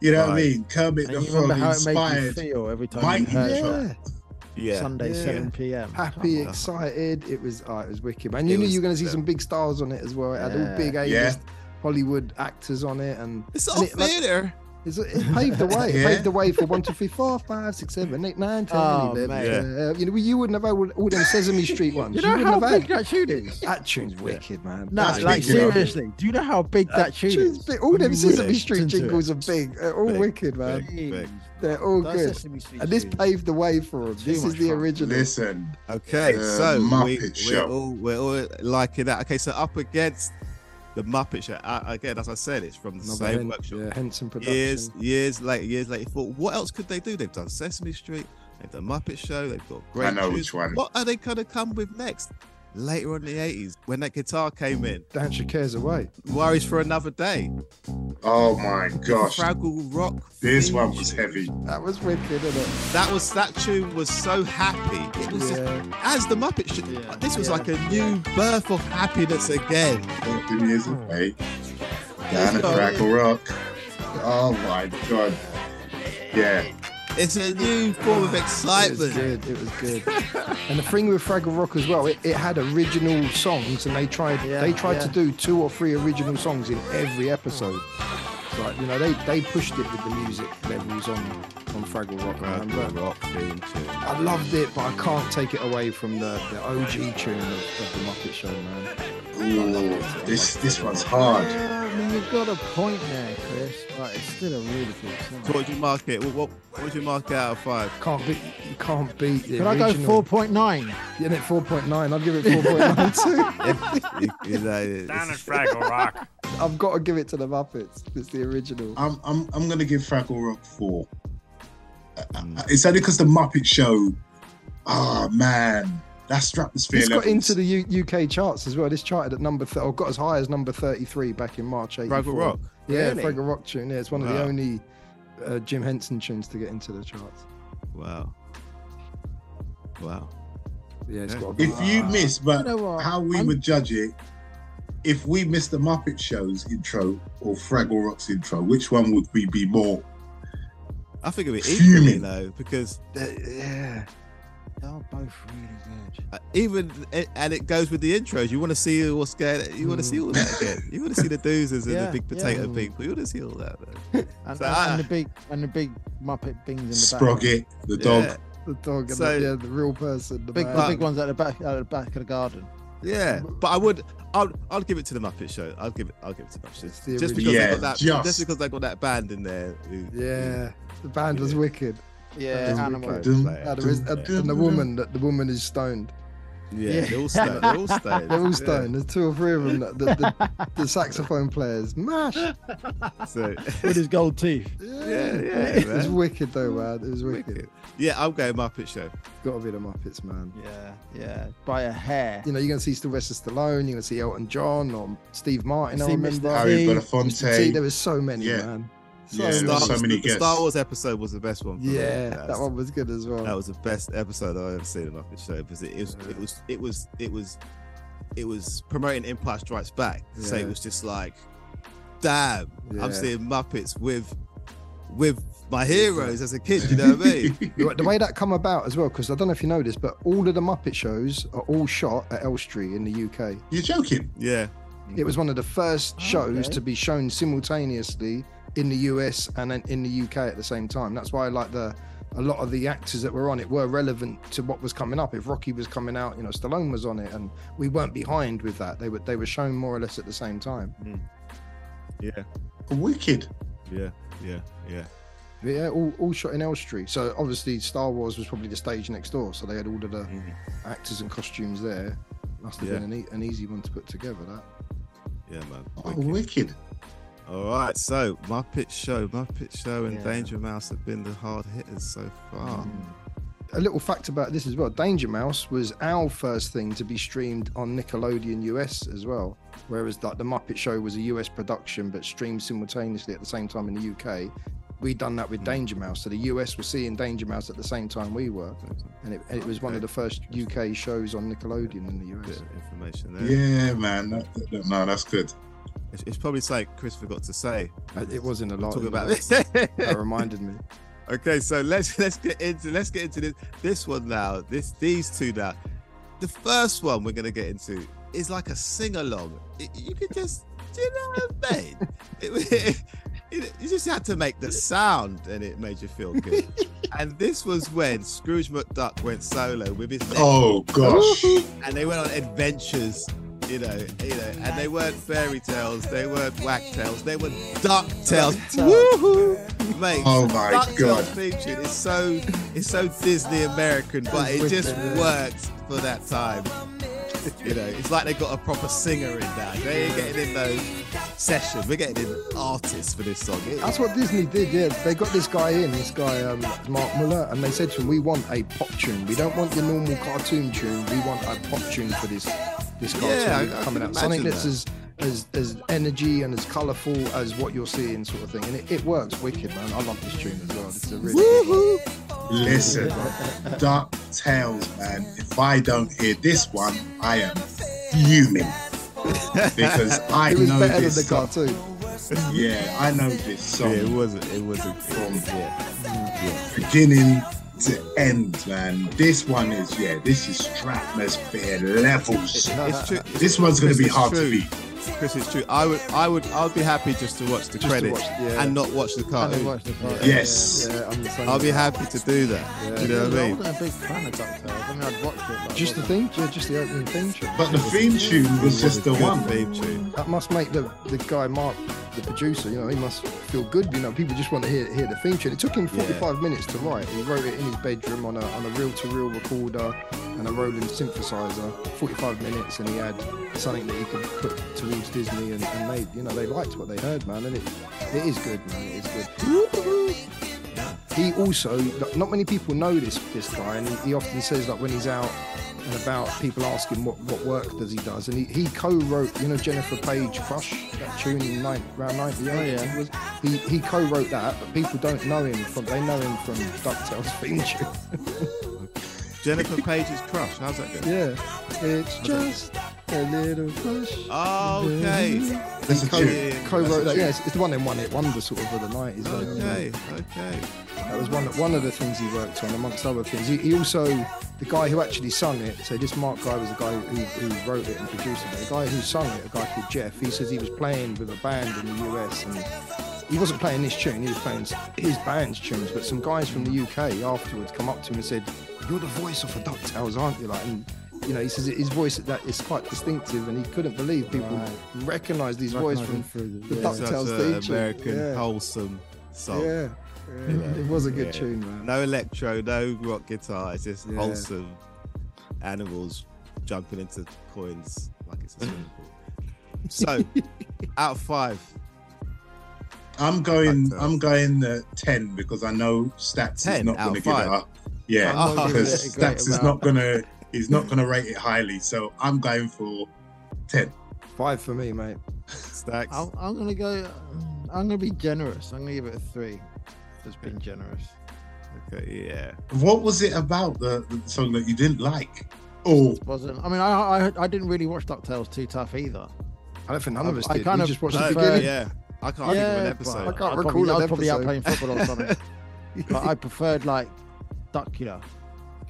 You know what I
Five.
mean? Kermit
And
the
you
Frog
remember how it made you
inspired.
feel every time you
Mighty
heard
Ducks.
it?
yeah.
yeah.
Sunday,
Yeah.
7 p.m.
Happy,
Oh.
excited. It was oh, it was wicked, man. You
It
knew
was-
you were going to see
yeah.
some big stars on it as well. It had
Yeah.
all big A-list Hollywood actors on it, and
It's
and
all
it, like,
theater.
It's, it paved the way. It
Yeah.
paved the way for one, two, three, four, five, six, seven, eight, nine, ten,
Oh,
eleven.
mate.
Uh, you know, you wouldn't have had all, all them Sesame Street ones.
You know how
wouldn't have
big
had.
that shoot is?
That tune's wicked, man.
No,
That's
like
big, you know.
seriously, do you know how big that tune
Tune's
is?
big. All them
You
Sesame
wouldn't
Street
listen to it.
jingles are big. They're all
Big,
wicked, man.
Big, big.
They're all
Those
good.
Sesame Street
And this
tunes.
paved the way for them. This
much
is the
fun.
original.
Listen,
Okay,
The
so we,
Muppet
we're
Show.
all we're all liking that. Okay, so up against the Muppet Show uh, again, as I said, it's from the
Another
same
Hen-
workshop.
yeah, Henson production.
years, years later, years later. Thought, what else could they do? They've done Sesame Street, they've done Muppet Show, they've got great.
I know
tunes.
which one.
What are they gonna come with next? Later on in the eighties, when that guitar came in,
Dance your cares away.
worries for another day.
oh my gosh,
Fraggle Rock.
this
theme
one was
tune.
heavy.
That was wicked, isn't it?
That was that tune was so happy. It was just,
Yeah.
as the Muppet Show.
Yeah.
This was
Yeah.
like a new birth of happiness again.
Thirteen years of mate. Down at
go.
Crackle Rock. Oh my god. Yeah.
It's a new form of
It was
excitement.
good. It was good. and the thing with Fraggle Rock as well, it, it had original songs, and they tried
Yeah,
they tried
yeah.
to do two or three original songs in every episode. It's Like you know, they, they pushed it with the music levels on on Fraggle Rock. man. But
Rock theme tune.
I loved it, but I can't take it away from the, the OG tune of, of the Muppet Show, man.
Ooh, this this one's hard.
Yeah, I mean, you've got a point there, Chris, but it's still a really good
So
song.
what would you mark it? What, what, what would you mark it out of five?
Can't beat you can't beat the
Could I go
original.
4.9?
Yeah, it four point nine. I'd give it four point nine too.
You- you know, it's-
Down at Fraggle Rock.
I've got to give it to the Muppets. It's the original.
I'm I'm I'm gonna give Fraggle Rock four. Uh, uh, It's only because the Muppet Show. Oh man, that's stratosphere
It's got
levels.
into the U- UK charts as well. This charted at number th- or got as high as number 33 back in March 84.
Fraggle Rock.
Yeah,
Really?
Fraggle Rock tune. Yeah, it's one of the
Wow.
only uh, Jim Henson tunes to get into the charts.
Wow. Wow.
Yeah, it's
Yeah.
got.
if you miss, but
You know what?
how we
I'm-
would judge it, if we missed the Muppet Show's intro or Fraggle Rock's intro, which one would we be more?
I think it'd be
Fuming.
equally though, because
yeah,
They're both really good.
uh, even and it goes with the intros. You want to see what's going. You want to
Hmm.
see all that again. You want to see the doozers and
Yeah,
the big potato
yeah.
people. You want to see all that. Man.
And,
So,
and,
ah.
and the big and the big Muppet things in the back.
Sprocket, the
Yeah.
dog.
the dog and
So-
the, yeah, the real person. The
Big,
man.
the big ones at the back at the back of the garden.
Yeah, but I would. I'll, I'll give it to the Muppet Show. I'll give it. I'll give it to the Muppet
It's
Show.
the
Just because
original.
they
Yeah,
got that.
just.
Just because they got that band in there. who- who-
Yeah, the band was
Yeah.
wicked.
Yeah,
Yeah.
animal.
Dum,
Like,
Uh, there is-
yeah.
uh, and the woman, that the woman is stoned.
Yeah,
Yeah.
they're all stoned. They're all stoned.
They're
Yeah.
all stoned. There's two or three of them. The, the, the, the saxophone players, mash. Yeah,
So,
With his gold teeth.
yeah,
it was
man.
wicked though, man. It was wicked.
Wicked. yeah, I'm going Muppet Show.
Got to be the Muppets, man.
Yeah, yeah. By a hair.
You know, you're going to see Sylvester Stallone, you're going to see Elton John or Steve Martin. I
See Mr.
remember.
T.
Harry
Steve,
Mr. T,
Belafonte.
there was so many,
Yeah.
man.
Yeah,
So
there's
Star,
many.
so many
the, the
guests.
Star Wars episode was the best one. for me.
Yeah,
That
that
was-
one was good as well.
That was the best episode I've ever seen on Office Show because it, it was it was it was it was it was promoting Empire Strikes Back. So
Yeah.
it was just like, damn,
Yeah.
I'm seeing Muppets with with my heroes as a kid. You know what I mean?
The the way that come about as well, because I don't know if you know this, but all of the Muppet shows are all shot at Elstree in the UK.
You're joking.
Yeah,
It was one of the first shows
okay.
to be shown simultaneously in the US and then in the UK at the same time. That's why like the a lot of the actors that were on it were relevant to what was coming up. If Rocky was coming out, you know, Stallone was on it, and we weren't behind with that. They were they were shown more or less at the same time.
yeah,
Wicked.
yeah, yeah, yeah.
But yeah, all, all shot in Elstree. So obviously Star Wars was probably the stage next door, so they had all of the
Mhm.
actors and costumes there. Must have
Yeah.
been an, e- an easy one to put together. That
Yeah, man.
Oh,
Wicked.
wicked.
All right, so Muppet Show, Muppet Show, and
Yeah.
Danger Mouse have been the hard hitters so far.
a little fact about this as well Danger Mouse was our first thing to be streamed on Nickelodeon US as well. Whereas like the Muppet Show was a US production but streamed simultaneously at the same time in the UK. we done that
Hmm.
with Danger Mouse. So the US was seeing Danger Mouse at the same time we were. And it, it was one of the first UK shows on Nickelodeon in the
Bit
US.
of information there.
Yeah, man. That- that- that- no, that's good.
It's, it's probably something Chris forgot to say.
Uh, It wasn't a lot.
Talk
you
about
know,
this.
That reminded me.
okay, so let's let's get into let's get into this this one now. This these two now. The first one we're gonna get into is like a sing along. You could just do you know what I mean? It- it- it- you just had to make the sound and it made you feel good. and this was when Scrooge McDuck went solo with his nephew.
Oh, gosh.
and they went on adventures, you know, you know, and they weren't fairy tales, they weren't whack tales, they were duck tales. Woohoo! Mate,
Oh my
duck
God.
tales featured is so it's so Disney American, but it just works for that time. You know, it's like they got a proper singer in now. They ain't getting in those sessions. We're getting in artists for this song. It-
That's what Disney did, yeah. They got this guy in, this guy, um, Mark Muller, and they said to him, We want a pop tune. We don't want your normal cartoon tune. We want a pop tune for this this cartoon
Yeah, I- I
coming
can
out. Something
imagine
that's
that.
as, as as energy and as colourful as what you're seeing, sort of thing. And it, it works wicked, man. I love this tune as well. It's a really
Listen, Duck Tales, man. If I don't hear this one, I am fuming because I
It was
know
better than
this.
the
song.
cartoon.
Yeah, I know this
yeah,
song
it wasn't. It wasn't.
from
Yeah.
beginning to end, man. This one is yeah. This is Stratmosphere levels.
It's true.
Uh, This one's gonna
Chris,
be
it's
hard
true.
to beat.
Chris, it's true. I would, I would, I'd be happy just to watch the
to
credits
watch, yeah.
and not watch the
I
cartoon.
haven't watched the part.
Yes.
Yeah, I'm the same.
I'll be happy to do that.
Yeah.
You know what I
I
mean?
wasn't a big fan of DuckTales. I mean, I'd watched it. But I
Just the
wasn't-
theme? Yeah, just the opening theme tune.
But the theme tune was just the
Good
one.
theme tune.
That must make the, the guy Mark, the producer, you know, he must feel good. You know, people just want to hear hear the theme tune. It took him 45 minutes to write. He wrote it in his bedroom on a on a reel to reel recorder and a Roland synthesizer. 45 minutes, and he had something that he could put towards Disney, and, and they, you know, they liked what they heard, man. And it it is good, man. It is good. He also, not many people know this this guy, and he, he often says that when he's out and about, people ask him what, what work does he does, and he, he co-wrote, you know, Jennifer Page Crush that tune in nine, round ninety eight.
Oh, yeah.
he, he co-wrote that, but people don't know him from they know him from Ducktales theme tune.
Jennifer Page's crush. How's that going?
yeah, it's just a little crush.
Oh, okay.
That's a tune.
Yeah, that's
Co-wrote that,
a
yeah, it's, it's the one in one hit wonder sort of of the nineties.
tune. Okay, okay.
That was one one of the things he worked on, amongst other things. He, he also the guy who actually sung it. So this Mark guy was the guy who, who wrote it and produced it. The guy who sung it, a guy called Jeff. He says he was playing with a band in the US and he wasn't playing this tune. He was playing his band's tunes. But some guys from the UK afterwards come up to him and said, "You're the voice of the Ducktales, aren't you?" Like and. You know, he says his voice at that is quite distinctive, and he couldn't believe people
Right.
recognised his voice
Recognise
from
him through the-
the
yeah.
Ducktales
Such
theme
an
tune.
American
Yeah.
wholesome song.
Yeah. yeah. It was a good
Oh. Yeah.
tune, man.
No electro, no rock guitar. It's just
Yeah.
wholesome animals jumping into coins like it's a swimming pool. So, out of five,
I'm going.
Duck Tales.
I'm going uh, ten because I know Stats is
10
not
out
going to
of
give it
five.
up. Yeah,
I'm not giving
because
it a great
Stats is not
amount.
going to. He's not going to rate it highly. So I'm going for ten.
Five for me, mate.
stacks.
I'm, I'm gonna go. mm, I'm gonna be generous. I'm gonna give it a three. Just being generous.
Okay, yeah.
What was it about the, the song that you didn't like? Oh,
Wasn't. I mean, I I, I didn't really watch Ducktales too tough either.
I don't think none of us
I- I
did.
kind
we
of
just watched
No,
the
prefer-
beginning.
yeah. I can't think of an
but
episode.
I can't
I'd probably-
recall
I
an
was probably out playing
episode.
football or something. but I preferred like Duckula,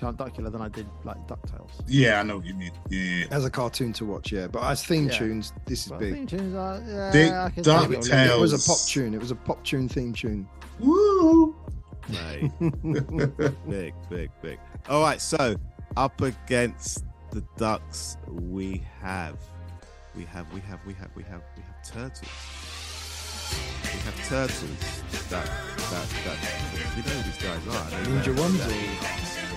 Count Duckula, than I did like Ducktales.
yeah, I know what you mean. Yeah.
As a cartoon to watch, yeah. But as theme
Yeah.
tunes, this is
But
big.
theme tunes are- uh, yeah,
Dick
I can take it or leave it.
Ducktail.
It was a pop
Tales.
tune. It was a pop tune theme tune.
Woo!
Mate. big, big, big. All right, so up against the ducks, we have, we have, we have, we have, we have, we have turtles. We have turtles. That, that, that. We know who these guys are. They
Ninja
wear-
ones.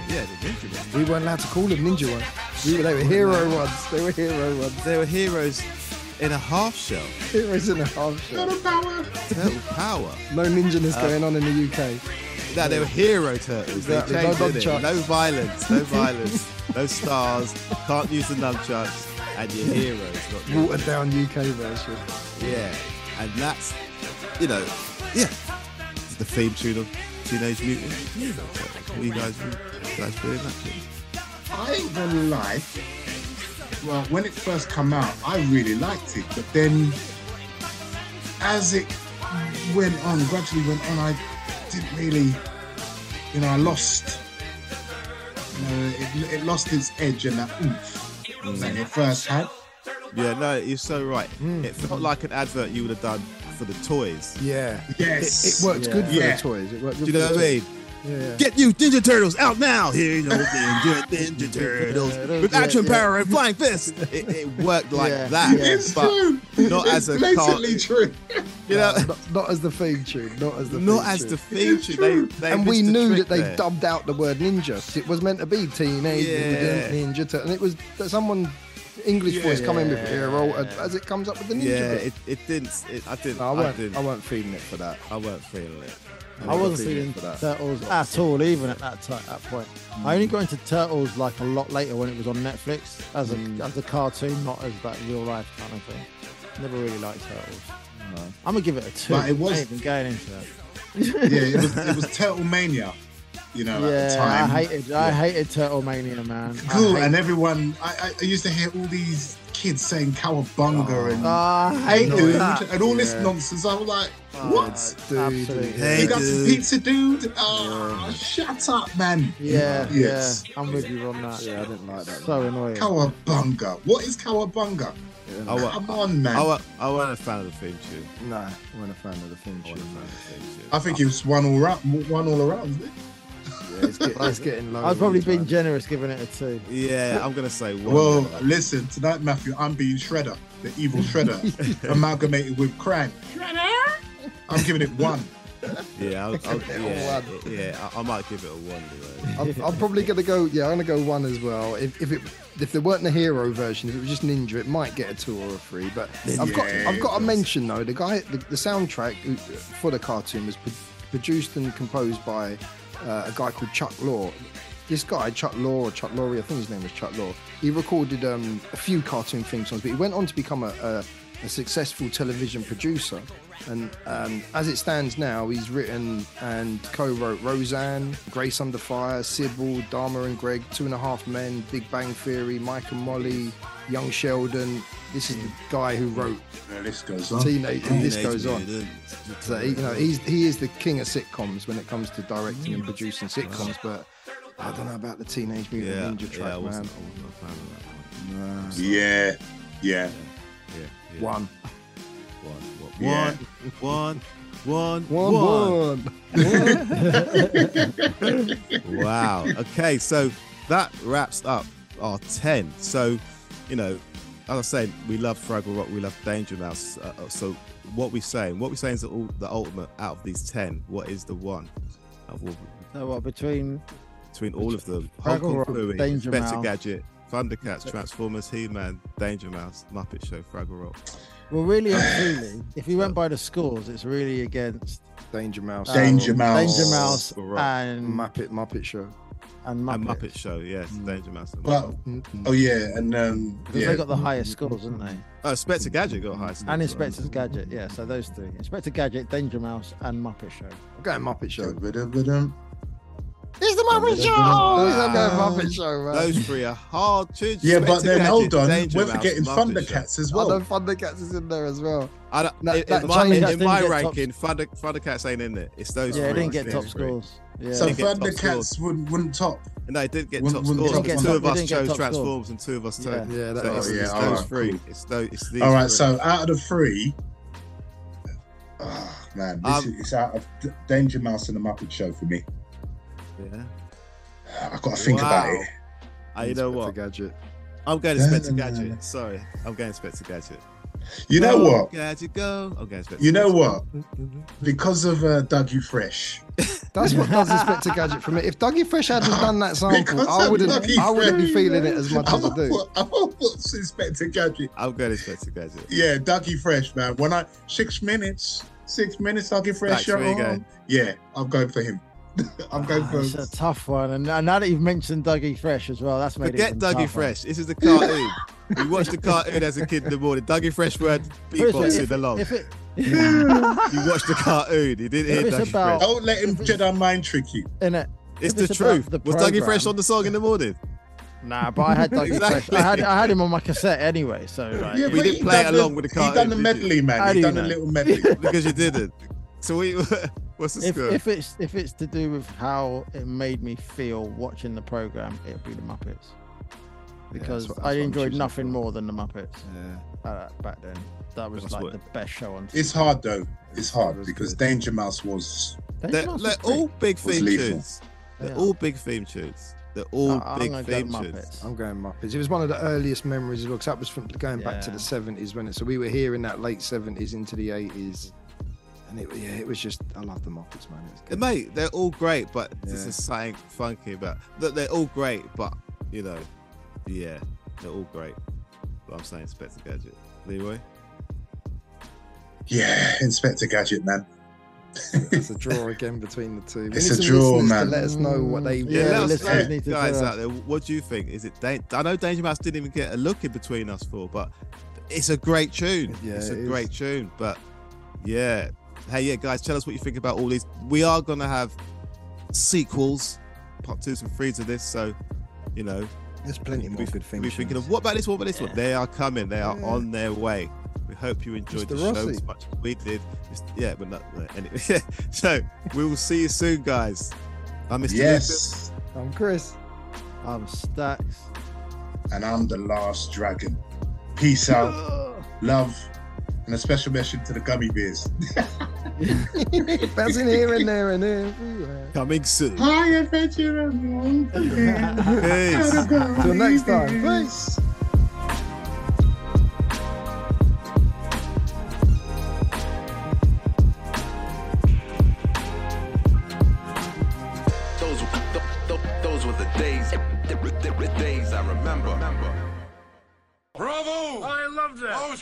Yeah, the ninja ones.
We weren't allowed to call them ninja ones. We were, they were hero ones. They were hero ones.
They were heroes in a half shell.
Heroes in a half shell.
Turtle power.
No ninjaness going on in the UK.
No, they were hero turtles. They
Exactly.
changed
No
it.
nunchucks.
No violence. No violence. no stars. Can't use the nunchucks. And your heroes, not your-
Watered down UK version.
Yeah, and that's you know, yeah, it's the theme tune of Teenage Mutant. Ninja Turtles. What you guys, you guys doing that? To?
I ain't gonna lie. Well, when it first come out, I really liked it, but then as it went on, gradually went on, I didn't really, you know, I lost, you know, it, it lost its edge and that oomph that it first had.
Yeah, no, you're so right. It felt like an advert you would have done for the toys.
Yeah.
Yes.
It, it worked good for
Yeah.
the toys. It worked
Do
good
you know
for
what I
the
mean?
toys. Yeah.
Get you Ninja Turtles out now! Here you go, Ninja, Ninja Turtles with
Yeah,
action
yeah.
power and flying fists. It, it worked like
Yeah,
that,
yeah.
It's
but
true.
not
it's
as a
blatantly
cartoon.
true.
you know,
Not, not as the theme tune. Not as the
not
theme
as
tune.
the theme tune. They, they
and we
missed the
knew
trick
that they
there.
dubbed out the word ninja. 'cause It was meant to be teenage
Yeah.
Mutant ninja, Turtle, and it was that someone English voice coming with hero and- as it comes up with the ninja.
Yeah,
bit.
it, it didn't. It, I didn't.
No, I
I,
weren't.
didn't.
I, weren't feeding it for that.
I weren't feeling it.
I wasn't feeling
feeling for that.
Turtles at all, even at that time, that point. I only got into Turtles like a lot later when it was on Netflix as a
Mm.
as a cartoon, not as that real life kind of thing. Never really liked Turtles. I'm gonna give it a two.
But it was-
I ain't even going into that.
yeah, it was, it was Turtle Mania, you know, at the
Yeah,
time.
I hated I hated Turtle Mania, man. I
Cool,
hate-
and everyone, I, I- I used to hear all these kids saying cowabunga and
Ah, I
hey
hated
dude,
that. Oh,
and all this
Yeah.
nonsense. I was like, what?
Dude,
Absolutely.
Hey,
you got some
dude.
pizza, dude? Ah, shut up, man.
Yeah,
Yes.
yeah. I'm with you on that.
Yeah, I didn't like that.
So annoying.
Cowabunga. What is cowabunga?
I wa-
Come on, man.
I,
I,
wa- I weren't a fan of the theme tune.
no, I wasn't a fan of the theme tune.
I wasn't a fan of the theme tune.
think it was one all round, one all around. isn't it?
Yeah, it's, get, it's getting low.
I've probably
all the
been
time.
generous giving it a two.
Yeah, I'm gonna say one.
Well, listen tonight, Matthew. I'm being Shredder, the evil Shredder, amalgamated with Krang. Shredder. I'm giving it one.
yeah, I'll, I'll,
it a
yeah,
one.
yeah, I, I might give it a one. Anyway.
I'm, I'm probably gonna go. Yeah, I'm gonna go one as well. If, if it if there weren't the hero version, if it was just Ninja, it might get a two or a three. But I've got
yeah,
I've got to
it
mention though the guy the, the soundtrack uh, for the cartoon was pro- produced and composed by uh, a guy called Chuck Law. This guy Chuck Law or Chuck Lorre, I think his name was Chuck Law. He recorded um, a few cartoon theme songs, but he went on to become a, a, a successful television producer. And um, as it stands now, he's written and co-wrote Roseanne, Grace Under Fire, Sybil, Dharma and Greg, Two and a Half Men, Big Bang Theory, Mike and Molly, Young Sheldon. This is the guy who wrote
The list goes on.
Teenage, and this
Teenage
goes on.
Mutant.
So he, you know, he's he is the king of sitcoms when it comes to directing and producing sitcoms. But I don't know about the Teenage Mutant
yeah,
Ninja
yeah, I
track, man.
wasn't, I wasn't a fan of that one.
Yeah, yeah.
Yeah, yeah,
One,
one, one,
Yeah.
one, one,
one,
one.
one.
wow. Okay, so that wraps up our 10. So, you know, as I was saying, we love Fraggle Rock, we love Danger Mouse. Uh, uh, so, what we're saying, what we're saying is that all, the ultimate out of these 10, what is the one out of all,
No, what between
between all of them? Hulk
Fraggle
and
Rock,
Fluey,
Danger
Better
Mouse.
Gadget, Thundercats, Transformers, He Man, Danger Mouse, Muppet Show, Fraggle Rock.
well, really and truly, if you went by the scores, it's really against
Danger Mouse. Oh,
Danger
um,
Mouse.
Danger Mouse,
Right.
and
Muppet Muppet Show.
and
A
Muppet. Mm.
Muppet Show, yes, Danger Mouse. and
But
Mm-hmm.
oh yeah, and um,
Because
yeah,
they got the highest scores, didn't they?
Muppet. oh, Inspector Gadget got high.
And
scores, right?
Inspector Gadget, yeah. So those three: Inspector Gadget, Danger Mouse, and Muppet Show.
I'm going Muppet Show.
Dum-ba-dum-ba-dum.
It's the Muppet Show.
Oh,
I'm
Ah.
going Muppet Show, man.
Those three are hard to.
yeah. But
Inspector
then
Gadget,
hold on,
Danger
we're
Mouse,
forgetting
Muppet Show.
Thundercats as
I know
well.
Thundercats is in there as well.
I don't,
No,
in,
that
in my,
Charlie
in
Chaplin
my
didn't get top-
ranking, Thunder, Thundercats ain't in it. It's those.
yeah, it
three,
didn't get
it's
top
those three.
scores. Yeah.
So
They get top
Thundercats wouldn't wouldn't top.
No, it did get
Wouldn't-
top
wouldn't
scores.
top
But
scores.
two of
They
us
didn't get
chose
top scores.
Transforms, and two of us
Yeah.
turned.
Yeah, that
So
Oh,
it's,
was
yeah,
it's
all
those
right,
three.
cool.
It's those. It's these
All
three.
right, so out of the three, oh man, this
Um,
is it's out of D- Danger Mouse and the Muppet Show for me.
Yeah.
I've got to think about
Wow.
it.
Ah, you know
Inspector
what?
Gadget.
I'm going Inspector
No, no, no, no.
Gadget. Sorry, I'm going Inspector Gadget.
You know
Go,
what?
Gadget, go. I'm going Inspector.
You know what? Because of uh, Dougie Fresh,
That's what does Inspector Gadget for me. If Dougie Fresh hadn't done that sample,
because
I
of
wouldn't,
Dougie
I wouldn't be
Fresh,
feeling
man.
it as much
I'm
as I
gonna
do.
put- I'm gonna put Inspector Gadget.
I'm going Inspector Gadget.
Yeah, Dougie Fresh, man. When I six minutes, six minutes, Dougie Fresh.
Max, where you
you're on.
going?
Yeah, I'm going for him. I'm going
Ah,
for.
it's a tough one, and now now that you've mentioned Dougie Fresh as well, that's made it
Forget
even
Dougie
tougher.
Fresh. This is the cartoon. we watched the cartoon as a kid in the morning. Dougie Fresh were beatboxing along.
If it,
you watched the cartoon. You didn't
If
hear
it's
Dougie
about-
Fresh.
Don't let him Jedi mind trick you.
in it,
It's
if
the
it's about
truth.
the
Was Dougie
programme-
Fresh on the song in the morning?
nah. But I had Dougie
Exactly.
Fresh. I had I had him on my cassette anyway. So like,
we
but
didn't
he
play it
done
along with the
He done
cartoon,
the
did you?
medley, man.
How
He
do you
done a
know?
little medley.
Because you didn't. So we. What's the
if,
score?
if it's if it's to do with how it made me feel watching the program, it'd be the Muppets because
what- that's
I
what I'm
enjoyed
choosing
nothing
for.
more than the Muppets
Yeah.
uh, back then. That was
That's
like
what-
the best show on.
It's hard though. It's hard
That's
because
good.
Danger Mouse was.
Danger
They're,
Mouse
they're
was great.
all big
Was
theme
lethal.
tunes. They're
Yeah.
all big theme tunes. They're all
I- I'm
big
gonna go
theme tunes.
Muppets.
I'm going Muppets. It was one of the earliest memories as well, 'cause that was from going back to the
Yeah.
70s, when it? So we were here in that late 70s into the 80s. And it, yeah, it was just, I love the Muppets, man. It was
And
good.
Mate, they're all great, but there's
Yeah.
just something funky about that. They're all great, but you know, yeah, they're all great. But I'm saying Inspector Gadget. Leroy?
Yeah, Inspector Gadget, man.
It's a draw again between the two. We
It's
need
a
some
draw,
listeners
man.
To let us know what they
let
Yeah,
want.
us
listeners
know,
need to
guys
tell
out there. What do you think? Is it? Dan- I know Danger Mouse didn't even get a look in between us four, but it's a great tune.
Yeah,
it's a
it is.
great tune. But yeah, hey, yeah, guys, tell us what you think about all these. We are gonna have sequels, part twos and threes of this. So you know,
There's plenty
you'll
more
be,
good
you'll
things.
be thinking of what about this? What about this one?
Yeah.
They are coming. They are
Yeah.
on their way. We hope you enjoyed
Mr.
the show
Rossi.
as much as we did. Just- Yeah, but not uh, anyway. so we will see you soon, guys. I'm Mr. Lucas.
Yes,
I'm Chris.
I'm stacks.
and I'm the last dragon. Peace out, love, and a special mention to the gummy bears.
Bouncing here and there and everywhere.
Coming soon.
Hi, adventure of the
Peace.
Till next time. Peace.
Those, th- th- th- those were the days, th- th- th- days I remember.
Bravo!
I loved that.
Oh, it was